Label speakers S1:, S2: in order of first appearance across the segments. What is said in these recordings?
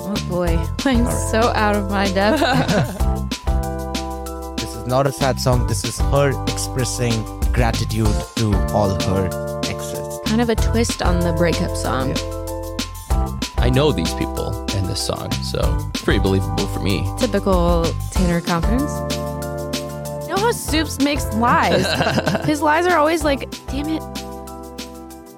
S1: Oh, boy, I'm so out of my depth.
S2: This is not a sad song. This is her expressing gratitude to all her exes.
S1: kind of a twist on the breakup song.
S3: I know these people and this song, so it's pretty believable for me.
S1: Typical Tanner confidence. You know how Soups makes lies? His lies are always like, damn it.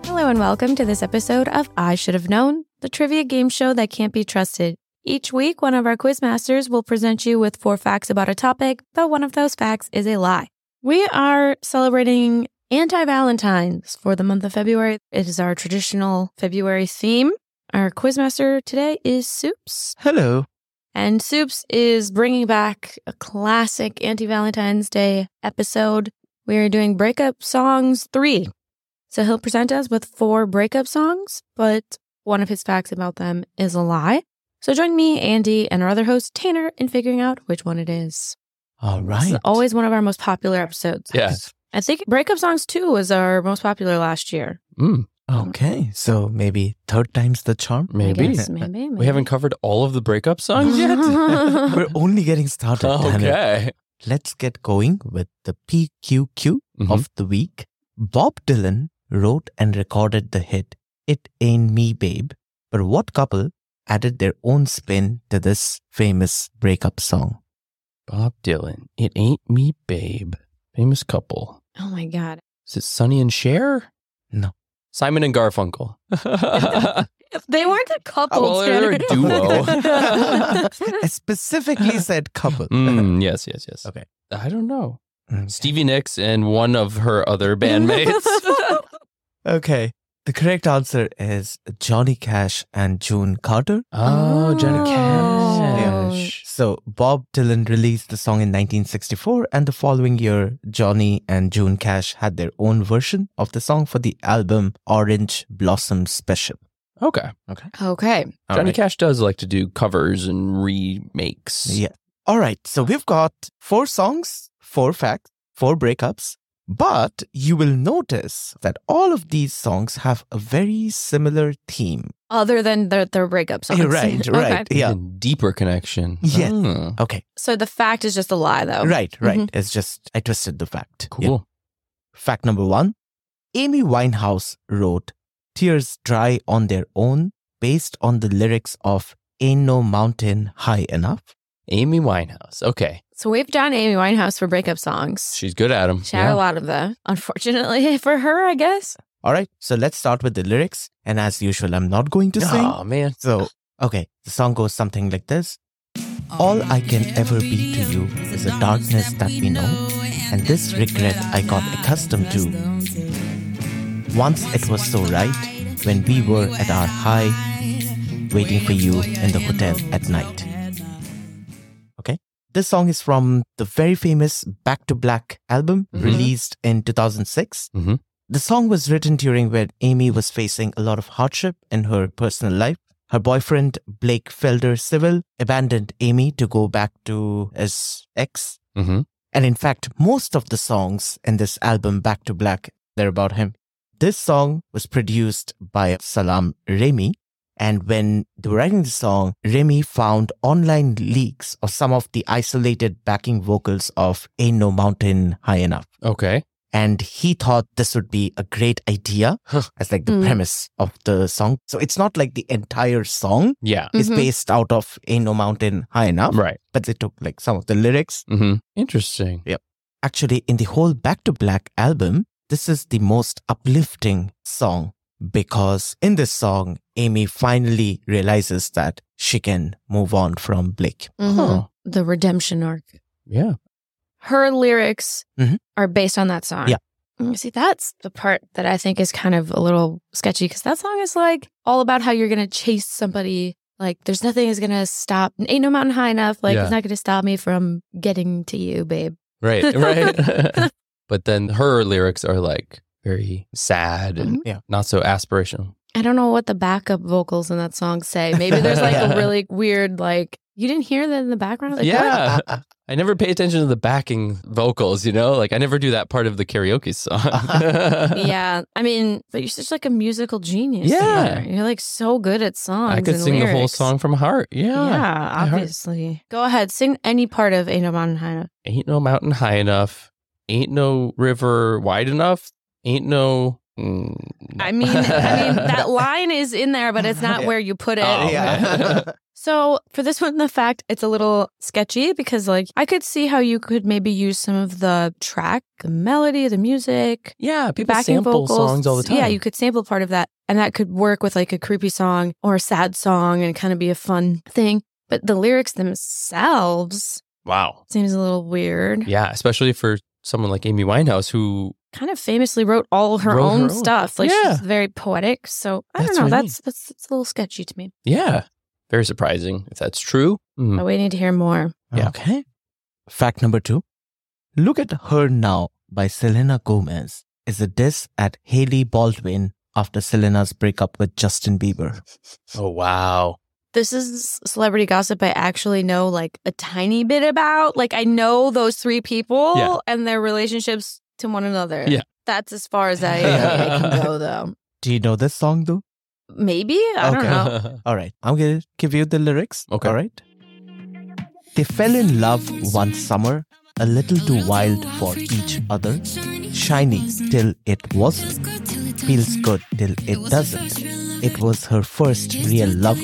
S1: Hello and welcome to this episode of I Should Have Known, the trivia game show that can't be trusted. Each week, one of our quizmasters will present you with four facts about a topic, though one of those facts is a lie. We are celebrating anti Valentine's for the month of February. It is our traditional February theme. Our quizmaster today is Soups.
S2: Hello.
S1: And Soups is bringing back a classic anti Valentine's Day episode. We are doing Breakup Songs 3. So he'll present us with four breakup songs, but one of his facts about them is a lie. So join me, Andy, and our other host, Tanner, in figuring out which one it is.
S2: All
S1: This
S2: right.
S1: is always one of our most popular episodes.
S3: Yeah.
S1: I think Breakup Songs 2 was our most popular last year.
S3: Mm,
S2: Okay. So maybe third time's the charm.
S3: maybe.
S1: I guess, maybe, maybe.
S3: We haven't covered all of the breakup songs yet.
S2: We're only getting started. Tanner.
S3: okay.
S2: Let's get going with the PQQ
S1: Mm-hmm.
S3: Mhm.
S2: of the week. Bob Dylan wrote and recorded the hit It Ain't Me Babe, but what couple added their own spin to this famous breakup song?
S3: Bob Dylan. It ain't me, babe. Famous couple.
S1: Oh my God.
S3: Is it Sonny and Cher?
S2: No.
S3: Simon and Garfunkel.
S1: They weren't a couple.
S3: Well, they're a
S1: Tanner.
S2: I specifically said couple.
S3: Mm, yes, yes, yes.
S2: Okay.
S3: I don't know.
S2: Mm.
S3: Stevie Nicks and one of her other bandmates.
S2: Okay. The correct answer is Johnny Cash and June Carter.
S3: oh, Johnny
S1: Oh.
S3: Cash.
S2: So Bob Dylan released the song in 1964, and the following year, Johnny and June Cash had their own version of the song for the album Orange Blossom Special.
S3: Okay.
S1: okay.
S3: Johnny
S2: Alright.
S3: Cash does like to do covers and remakes.
S2: Yeah. All right. So we've got four songs, four facts, four breakups. But you will notice that all of these songs have a very similar theme.
S1: Other than their, their breakup songs.
S2: Right,
S1: Okay.
S2: right. Yeah.
S3: Even deeper connection.
S2: Yes.
S3: Oh,
S2: Okay.
S1: So the fact is just a lie, though.
S2: Right, right.
S1: Mhm.
S2: It's just, I twisted the fact. Yeah.
S3: cool.
S2: Fact number one Amy Winehouse wrote Tears Dry on Their Own based on the lyrics of Ain't No Mountain High Enough.
S3: Amy Winehouse. Okay.
S1: So we've done Amy Winehouse for breakup songs.
S3: She's good at them.
S1: She had a lot of them, unfortunately for her, I guess.
S2: All right, so let's start with the lyrics. And as usual, I'm not going to sing.
S3: Oh, man.
S2: So, okay, the song goes something like this All I can ever be to you is the darkness that we know, and this regret I got accustomed to. Once it was so right when we were at our high, waiting for you in the hotel at night. Okay, this song is from the very famous Back to Black album
S3: Mhm.
S2: released in 2006.
S3: Mhm.
S2: The song was written during when Amy was facing a lot of hardship in her personal life. Her boyfriend, Blake Felder Civil, abandoned Amy to go back to his ex.
S3: Mm-hmm.
S2: And in fact, most of the songs in this album, Back to Black, they're about him. This song was produced by Salam Remy. And when they were writing the song, Remy found online leaks of some of the isolated backing vocals of Ain't No Mountain High Enough
S3: Okay.
S2: and he thought this would be a great idea
S3: Huh.
S2: as like the
S1: Mm.
S2: premise of the song. So it's not like the entire song
S3: Yeah.
S2: is
S1: Mhm.
S2: based out of Ain't No Mountain High Enough,
S3: Right.
S2: but they took like some of the lyrics.
S3: Mm-hmm. Interesting.
S2: Actually, in the whole Back to Black album, this is the most uplifting song because in this song, Amy finally realizes that she can move on from Blake.
S3: Huh.
S1: Mm-hmm. The redemption arc.
S3: Yeah.
S1: Her lyrics
S2: Mhm.
S1: are based on that song.
S2: Yeah.
S1: Mm, See, that's the part that I think is kind of a little sketchy because that song is like all about how you're going to chase somebody. Like, there's nothing is going to stop. Ain't no mountain high enough. Like,
S3: Yeah.
S1: it's not going to stop me from getting to you, babe.
S3: Right. Right. but then her lyrics are like very sad and
S2: Mhm. Yeah.
S3: not so aspirational.
S1: I don't know what the backup vocals in that song say. Maybe there's like a really weird, like, You didn't hear that in the background? Like, what?
S3: yeah. I never pay attention to the backing vocals, you know? Like I never do that part of the karaoke song.
S1: yeah. I mean, but you're such like a musical genius.
S3: Yeah.
S1: Tanner. You're like so good at songs.
S3: I could
S1: and
S3: sing the whole
S1: lyrics.
S3: song from heart.
S1: Yeah,
S3: Yeah. heart.
S1: obviously. Go ahead, sing any part of Ain't No Mountain High Enough.
S3: Ain't no mountain high enough. Ain't no river wide enough. Ain't no. Mm, no.
S1: I mean, I mean that line is in there, but it's not
S2: Yeah.
S1: where you put it.
S3: Oh,
S2: yeah.
S1: So for this one, the fact it's a little sketchy because like I could see how you could maybe use some of the track, the melody, the music,
S3: yeah, people
S1: backing
S3: sample
S1: vocals.
S3: songs all the time.
S1: Yeah, you could sample part of that, and that could work with like a creepy song or a sad song, and kind of be a fun thing. But the lyrics themselves
S3: Wow.
S1: seems a little weird.
S3: Yeah, especially for someone like Amy Winehouse, who
S1: Kind of famously wrote all her
S3: Wrote
S1: own
S3: her own.
S1: stuff. Like
S3: Yeah.
S1: she's very poetic. So I
S3: That's
S1: don't know.
S3: what I mean.
S1: That's, that's that's a little sketchy to me.
S3: Yeah. Very surprising if that's true. Mm.
S1: But we need to hear more.
S3: Yeah.
S2: Okay. Fact number two Look at Her Now by Selena Gomez is a diss at Haley Baldwin after Selena's breakup with Justin Bieber.
S3: Oh, wow.
S1: this is celebrity gossip I actually know like a tiny bit about. Like I know those three people
S3: Yeah.
S1: and their relationships to one another.
S3: Yeah.
S1: That's as far as I, I can go though.
S2: Do you know this song though?
S1: Maybe? I don't
S2: Okay.
S1: know.
S2: All right. I'm going to give you the lyrics.
S3: Okay.
S2: All right. They fell in love one summer, a little too wild for each other. Shiny till it wasn't, feels good till it doesn't. It was her first real lover.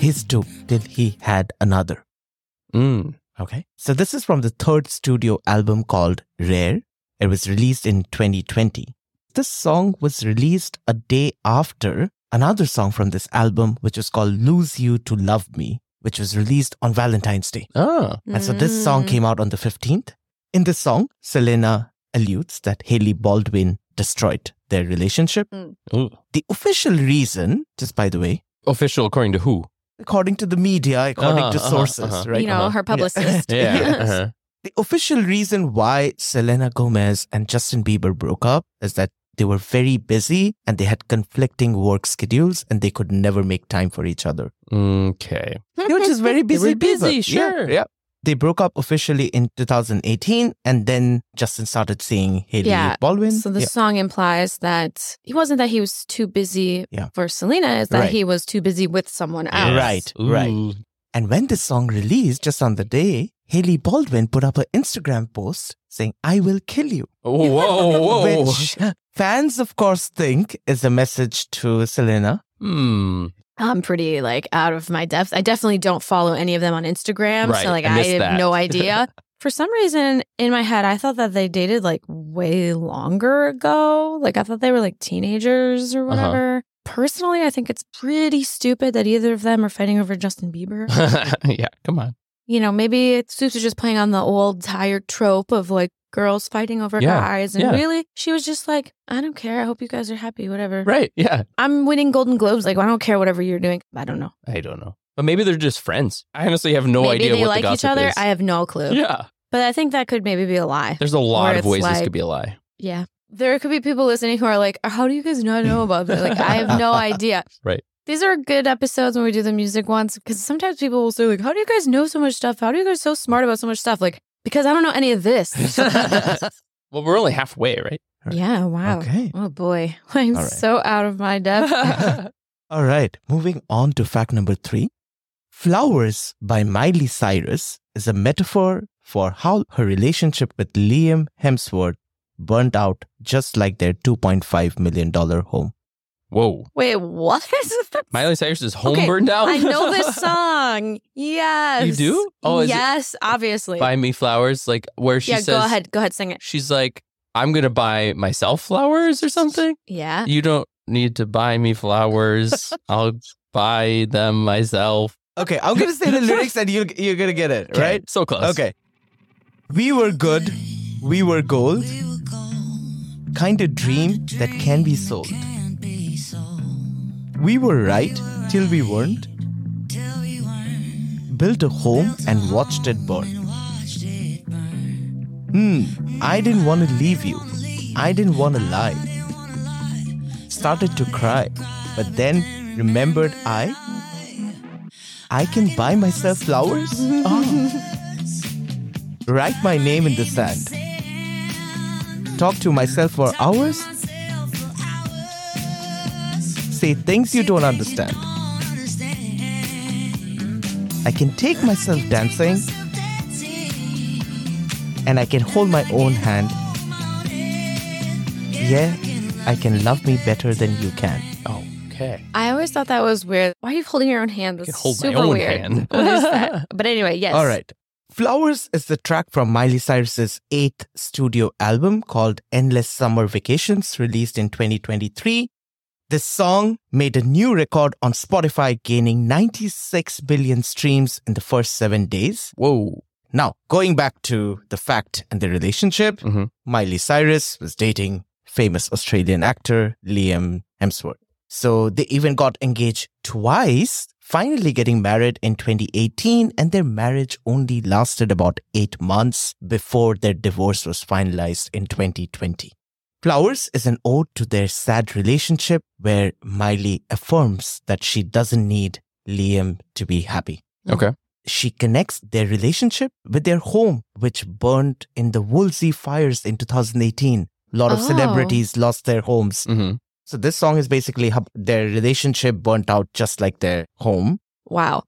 S2: His too till he had another.
S3: Mm.
S2: Okay. So this is from the third studio album called Rare. It was released in 2020. This song was released a day after another song from this album, which was called Lose You to Love Me, which was released on Valentine's Day.
S3: Ah.
S2: And so this song
S1: Mm.
S2: came out on the 15th. In this song, Selena alludes that Haley Baldwin destroyed their relationship.
S3: Ooh.
S2: The official reason, just by the way,
S3: Official according to who?
S2: according to the media, according
S3: Uh-huh,
S2: to
S3: uh-huh,
S2: sources,
S3: uh-huh.
S2: right?
S1: you know,
S3: uh-huh.
S1: her publicist.
S3: Yeah. uh-huh.
S2: The official reason why Selena Gomez and Justin Bieber broke up is that they were very busy and they had conflicting work schedules and they could never make time for each other.
S3: Okay.
S2: They were just very
S3: They
S2: busy.
S3: were busy,
S2: people. Yeah,
S3: sure.
S2: yeah. They broke up officially in 2018 and then Justin started seeing Haley
S1: Yeah,
S2: Baldwin.
S1: So the
S2: Yeah.
S1: song implies that he wasn't that he was too busy
S2: Yeah.
S1: for Selena, it's that
S2: Right.
S1: he was too busy with someone else.
S2: Right, right.
S3: Ooh.
S2: And when this song released just on the day, Haley Baldwin put up an Instagram post saying, I will kill you.
S3: Oh, whoa, whoa.
S2: Which fans, of course, think is a message to Selena.
S3: Hmm.
S1: I'm pretty like out of my depth. I definitely don't follow any of them on Instagram.
S3: Right,
S1: So like
S3: I
S1: I,
S3: missed
S1: have
S3: that.
S1: no idea. For some reason in my head, I thought that they dated like way longer ago. Like I thought they were like teenagers or
S3: Uh-huh.
S1: whatever. Personally, I think it's pretty stupid that either of them are fighting over Justin Bieber.
S3: yeah, come on.
S1: you know, maybe it's Soups is just playing on the old tired trope of like girls fighting over
S3: Yeah,
S1: guys. And
S3: yeah.
S1: really, she was just like, I don't care. I hope you guys are happy, whatever.
S3: Right. Yeah.
S1: I'm winning Golden Globes. Like, I don't care whatever you're doing. I don't know.
S3: I don't know. But maybe they're just friends. I honestly have no
S1: maybe
S3: idea
S1: they
S3: what
S1: like
S3: the
S1: each
S3: gossip
S1: other.
S3: is.
S1: I have no clue.
S3: yeah.
S1: But I think that could maybe be a lie.
S3: There's a lot of
S1: it's
S3: ways this
S1: like-
S3: could be a lie.
S1: yeah. There could be people listening who are like, how do you guys not know about this? Like, I have no idea.
S3: Right.
S1: These are good episodes when we do the music ones because sometimes people will say, like, how do you guys know so much stuff? How do you guys so smart about so much stuff? Like, because I don't know any of this.
S3: well, we're only halfway, right?
S1: yeah. Wow.
S2: Okay.
S1: Oh, boy. I'm
S2: All right.
S1: so out of my depth.
S2: All right. Moving on to fact number three. Flowers by Miley Cyrus is a metaphor for how her relationship with Liam Hemsworth burnt out just like their $2.5 million home.
S3: Whoa.
S1: Wait, what?
S3: Miley Cyrus's home
S1: Okay,
S3: burned down?
S1: I know this song. Yes.
S3: You do? Oh, is it-
S1: yes, obviously.
S3: Buy me flowers, like where she
S1: yeah,
S3: says,
S1: go ahead. Go ahead, sing it.
S3: she's like, I'm going to buy myself flowers or something.
S1: Yeah.
S3: You don't need to buy me flowers. I'll buy them myself.
S2: Okay. I'm going to say the lyrics and you, you're going to get it,
S3: Okay,
S2: right?
S3: So close.
S2: Okay. We were good. We were gold. Kind of dream that can be sold. We were right till we weren't. Built a home and watched it burn. Hmm, I didn't want to leave you. I didn't want to lie. Started to cry, but then remembered I I can buy myself flowers? Write my name in the sand. Talk to myself for hours? Say things you don't understand. I can take myself dancing and I can hold my own hand. Yeah, I can love me better than you can.
S3: Okay.
S1: I always thought that was weird. Why are you holding your own hand?
S3: I
S1: That's
S3: can hold my
S1: super
S3: own
S1: weird.
S3: hand.
S1: What is that? But anyway, yes.
S2: All right. Flowers is the track from Miley Cyrus's eighth studio album called Endless Summer Vacations, released in 2023. This song made a new record on Spotify, gaining 96 billion streams in the first seven days.
S3: Whoa.
S2: Now, going back to the fact and the relationship,
S3: Mhm.
S2: Miley Cyrus was dating famous Australian actor Liam Hemsworth. So they even got engaged twice, finally getting married in 2018, and their marriage only lasted about eight months before their divorce was finalized in 2020. Flowers is an ode to their sad relationship where Miley affirms that she doesn't need Liam to be happy
S3: Okay.
S2: she connects their relationship with their home, which burned in the Woolsey fires in 2018. A lot of
S1: Oh.
S2: celebrities lost their homes.
S3: Mm-hmm.
S2: So this song is basically how their relationship burnt out just like their home.
S1: Wow.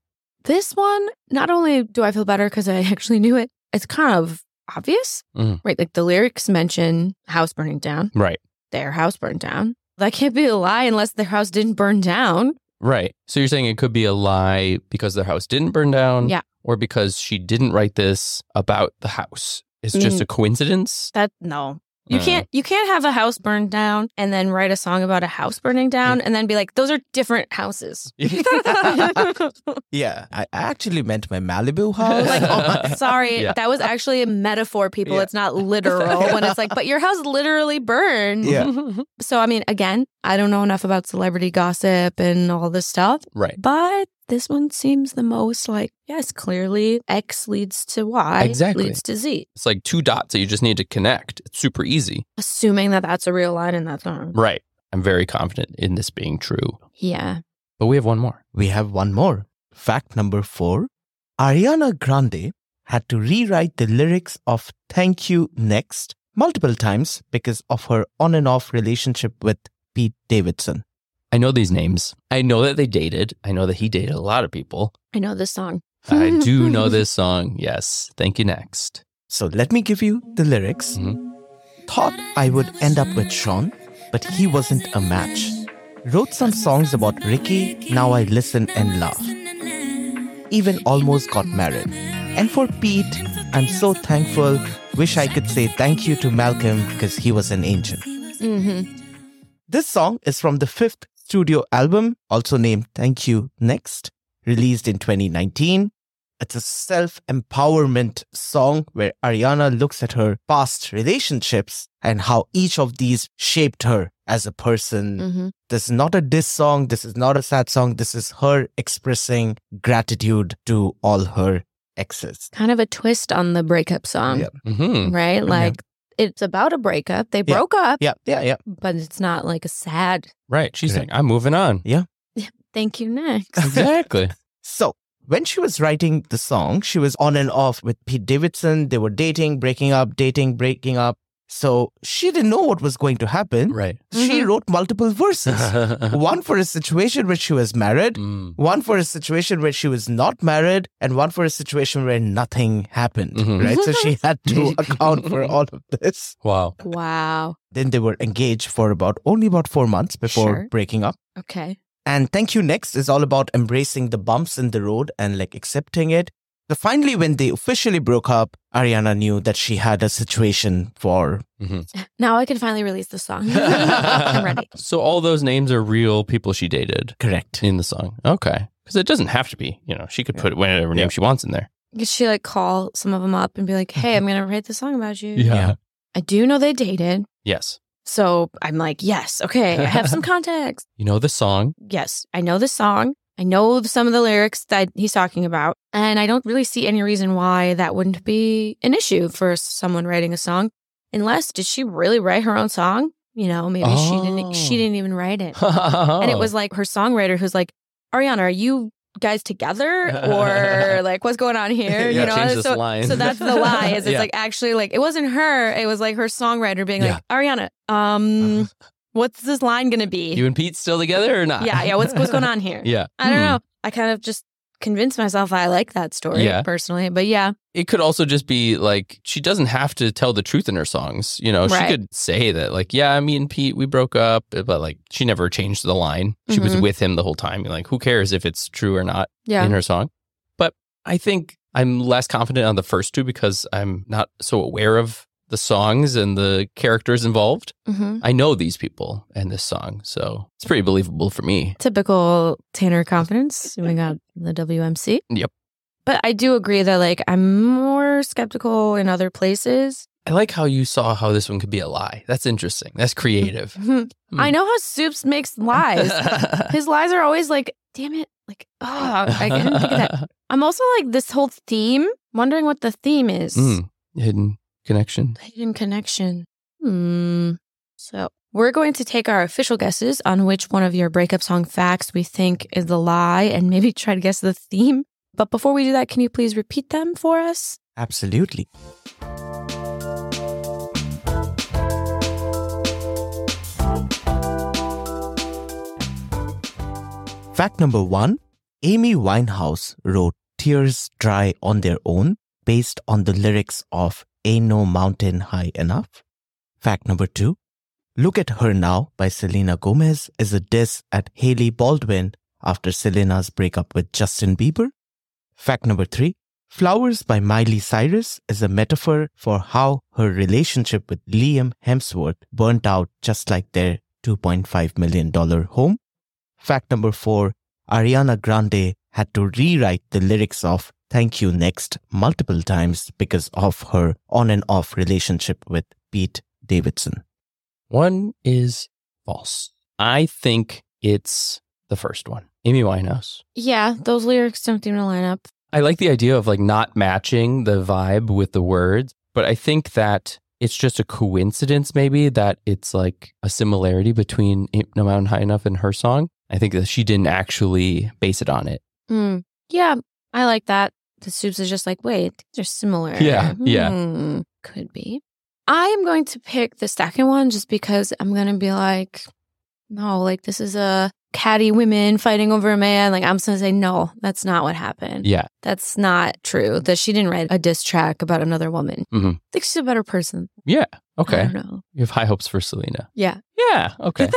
S1: This one, not only do I feel better because I actually knew it, it's kind of obvious,
S3: Mhm.
S1: right? Like the lyrics mention house burning down,
S3: Right.
S1: their house burned down. That can't be a lie unless their house didn't burn down.
S3: Right. So you're saying it could be a lie because their house didn't burn down?
S1: Yeah.
S3: Or because she didn't write this about the house. It's just a coincidence?
S1: That no. Mm-hmm. You
S3: Uh.
S1: can't you can't have a house burned down and then write a song about a house burning down
S3: Hmm.
S1: and then be like, those are different houses.
S2: Yeah, I actually meant my Malibu house.
S1: Like, Sorry,
S3: Yeah.
S1: that was actually a metaphor, people.
S3: Yeah.
S1: It's not literal when it's like, but your house literally burned.
S2: Yeah.
S1: So, I mean, again, I don't know enough about celebrity gossip and all this stuff,
S3: right.
S1: but this one seems the most like, yes, clearly X leads to Y,
S3: Exactly.
S1: leads to Z.
S3: It's like two dots that you just need to connect. It's super easy.
S1: Assuming that that's a real line in that song.
S3: Right. I'm very confident in this being true.
S1: Yeah.
S3: But we have one more.
S2: we have one more. Fact number four Ariana Grande had to rewrite the lyrics of Thank You Next multiple times because of her on and off relationship with Pete Davidson.
S3: I know these names. I know that they dated. I know that he dated a lot of people.
S1: I know this song.
S3: I do know this song. Yes. Thank you. Next.
S2: So let me give you the lyrics. Thought I would end up with Sean, but he wasn't a match. Wrote some songs about Ricky, now I listen and laugh. Even almost got married. And for Pete, I'm so thankful. Wish I could say thank you to Malcolm because he was an angel.
S1: Mm-hmm.
S2: This song is from the fifth studio album, also named Thank You Next, released in 2019. It's a self empowerment song where Ariana looks at her past relationships and how each of these shaped her as a person.
S1: Mm-hmm.
S2: This is not a diss song. This is not a sad song. This is her expressing gratitude to all her exes.
S1: Kind of a twist on the breakup song,
S2: Yep. Mm,
S3: hmm
S1: right? Like, it's about a breakup. They
S2: Yeah.
S1: broke up,
S2: Yeah, yeah, yeah.
S1: but it's not like a sad
S3: Right. She's
S2: Correct.
S3: like, I'm moving on.
S1: thank you next.
S3: Exactly.
S2: So, when she was writing the song, she was on and off with Pete Davidson. They were dating, breaking up, dating, breaking up. So, she didn't know what was going to happen.
S3: right.
S2: She
S1: Mhm.
S2: wrote multiple verses one for a situation where she was married,
S3: Mm.
S2: one for a situation where she was not married, and one for a situation where nothing happened.
S3: Mhm.
S2: Right? So, she had to account for all of this.
S3: Wow.
S1: Wow.
S2: Then they were engaged for about only about four months before
S1: Sure.
S2: breaking up.
S1: Okay.
S2: And Thank You Next is all about embracing the bumps in the road and like accepting it. So finally, when they officially broke up, Ariana knew that she had a situation for.
S1: Now I can finally release the song. I'm ready.
S3: So all those names are real people she dated
S2: Correct.
S3: in the song. Okay. Because it doesn't have to be. You know, she could put whatever name she wants in there.
S1: Could she like call some of them up and be like, "Hey, I'm gonna write this song about you."
S2: Mm-hmm. Yeah.
S1: I do know they dated,
S3: Yes.
S1: so I'm like, "Yes, okay, I have some context.
S3: You know the song.
S1: Yes, I know the song. I know some of the lyrics that he's talking about, and I don't really see any reason why that wouldn't be an issue for someone writing a song, unless did she really write her own song? You know, maybe she
S3: Oh.
S1: didn't. She didn't even write it.
S3: and
S1: And it was like her songwriter who's like, Ariana, are you guys together or like what's going on here?
S3: Yeah,
S1: you know,
S3: change this
S1: so
S3: line.
S1: so that's the lie. Is it's
S3: Yeah.
S1: like actually like it wasn't her. It was like her songwriter being like Ariana, um, what's this line gonna be?
S3: you and Pete still together or not?
S1: yeah, yeah. What's what's going on here?
S3: Yeah.
S1: I don't
S3: Hmm.
S1: know. I kind of just convinced myself I like that story
S3: Yeah.
S1: personally, but yeah,
S3: It could also just be like she doesn't have to tell the truth in her songs. You know,
S1: Right.
S3: she could say that like, yeah, me and Pete we broke up, but like she never changed the line. She was
S1: Mhm.
S3: with him the whole time. Like, who cares if it's true or not?
S1: yeah,
S3: in her song. But I think I'm less confident on the first two because I'm not so aware of the songs and the characters involved.
S1: hmm
S3: I know these people and this song, so it's pretty believable for me.
S1: typical Tanner confidence. We got the WMC.
S3: Yep.
S1: But I do agree that like I'm more skeptical in other places.
S3: I like how you saw how this one could be a lie. That's interesting. That's creative.
S1: I know how Soups makes lies. His lies are always like, damn it, like, oh, I didn't think of that. I'm also like this whole theme, wondering what the theme is.
S3: Mm, hidden connection.
S1: Hidden connection. Hmm. So we're going to take our official guesses on which one of your breakup song facts we think is the lie and maybe try to guess the theme. But before we do that, can you please repeat them for us?
S2: Absolutely. Fact number one Amy Winehouse wrote Tears Dry on Their Own based on the lyrics of Ain't No Mountain High Enough. Fact number two Look at Her Now by Selena Gomez is a diss at Haley Baldwin after Selena's breakup with Justin Bieber. Fact number three Flowers by Miley Cyrus is a metaphor for how her relationship with Liam Hemsworth burnt out just like their $2.5 million home. Fact number four Ariana Grande had to rewrite the lyrics of Thank You Next multiple times because of her on and off relationship with Pete Davidson.
S3: One is false. I think it's the first one. Amy Winehouse.
S1: Yeah, those lyrics don't seem to line up.
S3: I like the idea of like not matching the vibe with the words, but I think that it's just a coincidence, maybe that it's like a similarity between Ain't No Mountain High Enough and her song. I think that she didn't actually base it on it.
S1: Hmm. Yeah, I like that. The soups is just like, wait, they're similar.
S3: Yeah, yeah.
S1: Hmm, Could be. I am going to pick the second one just because I'm going to be like, no, like this is a catty women fighting over a man. Like, I'm just going to say, no, that's not what happened.
S3: Yeah.
S1: That's not true. That she didn't write a diss track about another woman.
S3: Mhm.
S1: I think she's a better person. I
S3: Okay.
S1: don't know.
S3: You have high hopes for Selena.
S1: Uh-huh. Yeah.
S3: Yeah. Okay.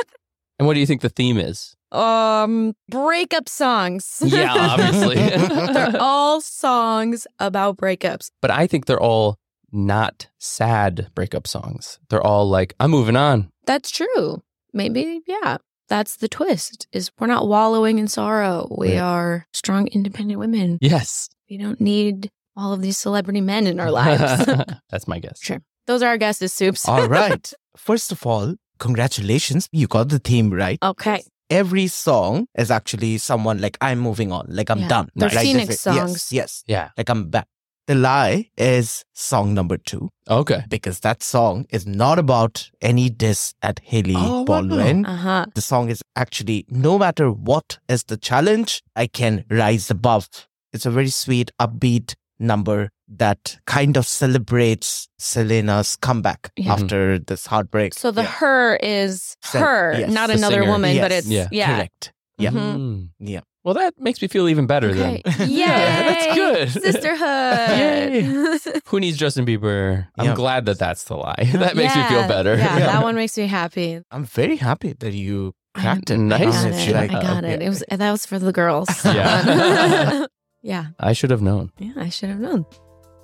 S3: and what do you think the theme is?
S1: Um, breakup songs.
S3: Yeah, obviously.
S1: They're all songs about breakups.
S3: But I think they're all not sad breakup songs. They're all like, I'm moving on.
S1: That's true. Maybe, yeah. That's the twist is we're not wallowing in sorrow. We
S3: Right.
S1: are strong independent women.
S3: Yes.
S1: We don't need all of these celebrity men in our lives.
S3: That's my guess.
S1: Sure. Those are our guesses, Soups.
S2: All right. First of all, congratulations. You got the theme right.
S1: Okay.
S2: Every song is actually someone like, I'm moving on, like, I'm
S1: Yeah.
S2: done.
S3: They're
S2: Like,
S1: phoenix
S2: this is- yes,
S1: songs.
S2: yes.
S3: Yeah.
S2: like I'm back. The lie is song number two
S3: Okay.
S2: because that song is not about any diss at Haley
S3: Oh, wow.
S2: Baldwin.
S1: Uh huh.
S2: The song is actually no matter what is the challenge, I can rise above. It's a very sweet, upbeat number that kind of celebrates Selena's comeback
S1: Yeah.
S2: after this heartbreak.
S1: So the
S2: Yeah.
S1: her is
S2: Sen-
S1: her,
S2: yes.
S1: not
S3: The
S1: another
S3: singer.
S1: woman, but
S2: Yes.
S1: it's, yeah.
S3: Yeah.
S2: correct. Yeah.
S1: Mhm.
S3: Mm.
S2: Yeah.
S3: Well, that makes me feel even better
S1: Okay.
S3: then.
S1: Yay!
S3: Yeah, that's good.
S1: Sisterhood.
S3: Who needs Justin Bieber? I'm
S2: Yeah.
S3: glad that that's the lie. that makes me feel
S1: Yeah,
S3: better.
S1: Yeah,
S2: Yeah.
S1: that one makes me happy.
S2: I'm very happy that you
S1: I-
S2: cracked it.
S1: I
S3: Nice.
S1: got
S2: Honestly,
S1: it.
S3: like,
S1: I got
S2: okay.
S1: it. It was that was for the girls. Uh,
S3: Yeah.
S1: yeah.
S3: I should have known.
S1: Yeah, I should have known.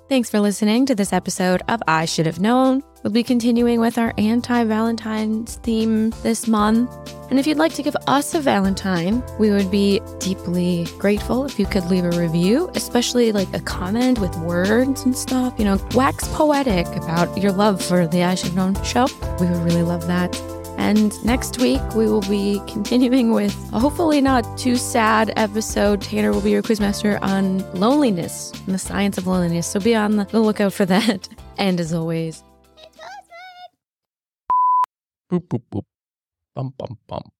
S1: Thanks for listening to this episode of I Should Have Known. We'll be continuing with our anti Valentine's theme this month. And if you'd like to give us a Valentine, we would be deeply grateful if you could leave a review, especially like a comment with words and stuff. You know, wax poetic about your love for the I Should Have Known show. We would really love that. And next week, we will be continuing with a hopefully not too sad episode. Tanner will be your quizmaster on loneliness and the science of loneliness. So be on the lookout for that. And as always,
S3: Boop, boop, boop. Bum, bum, bum.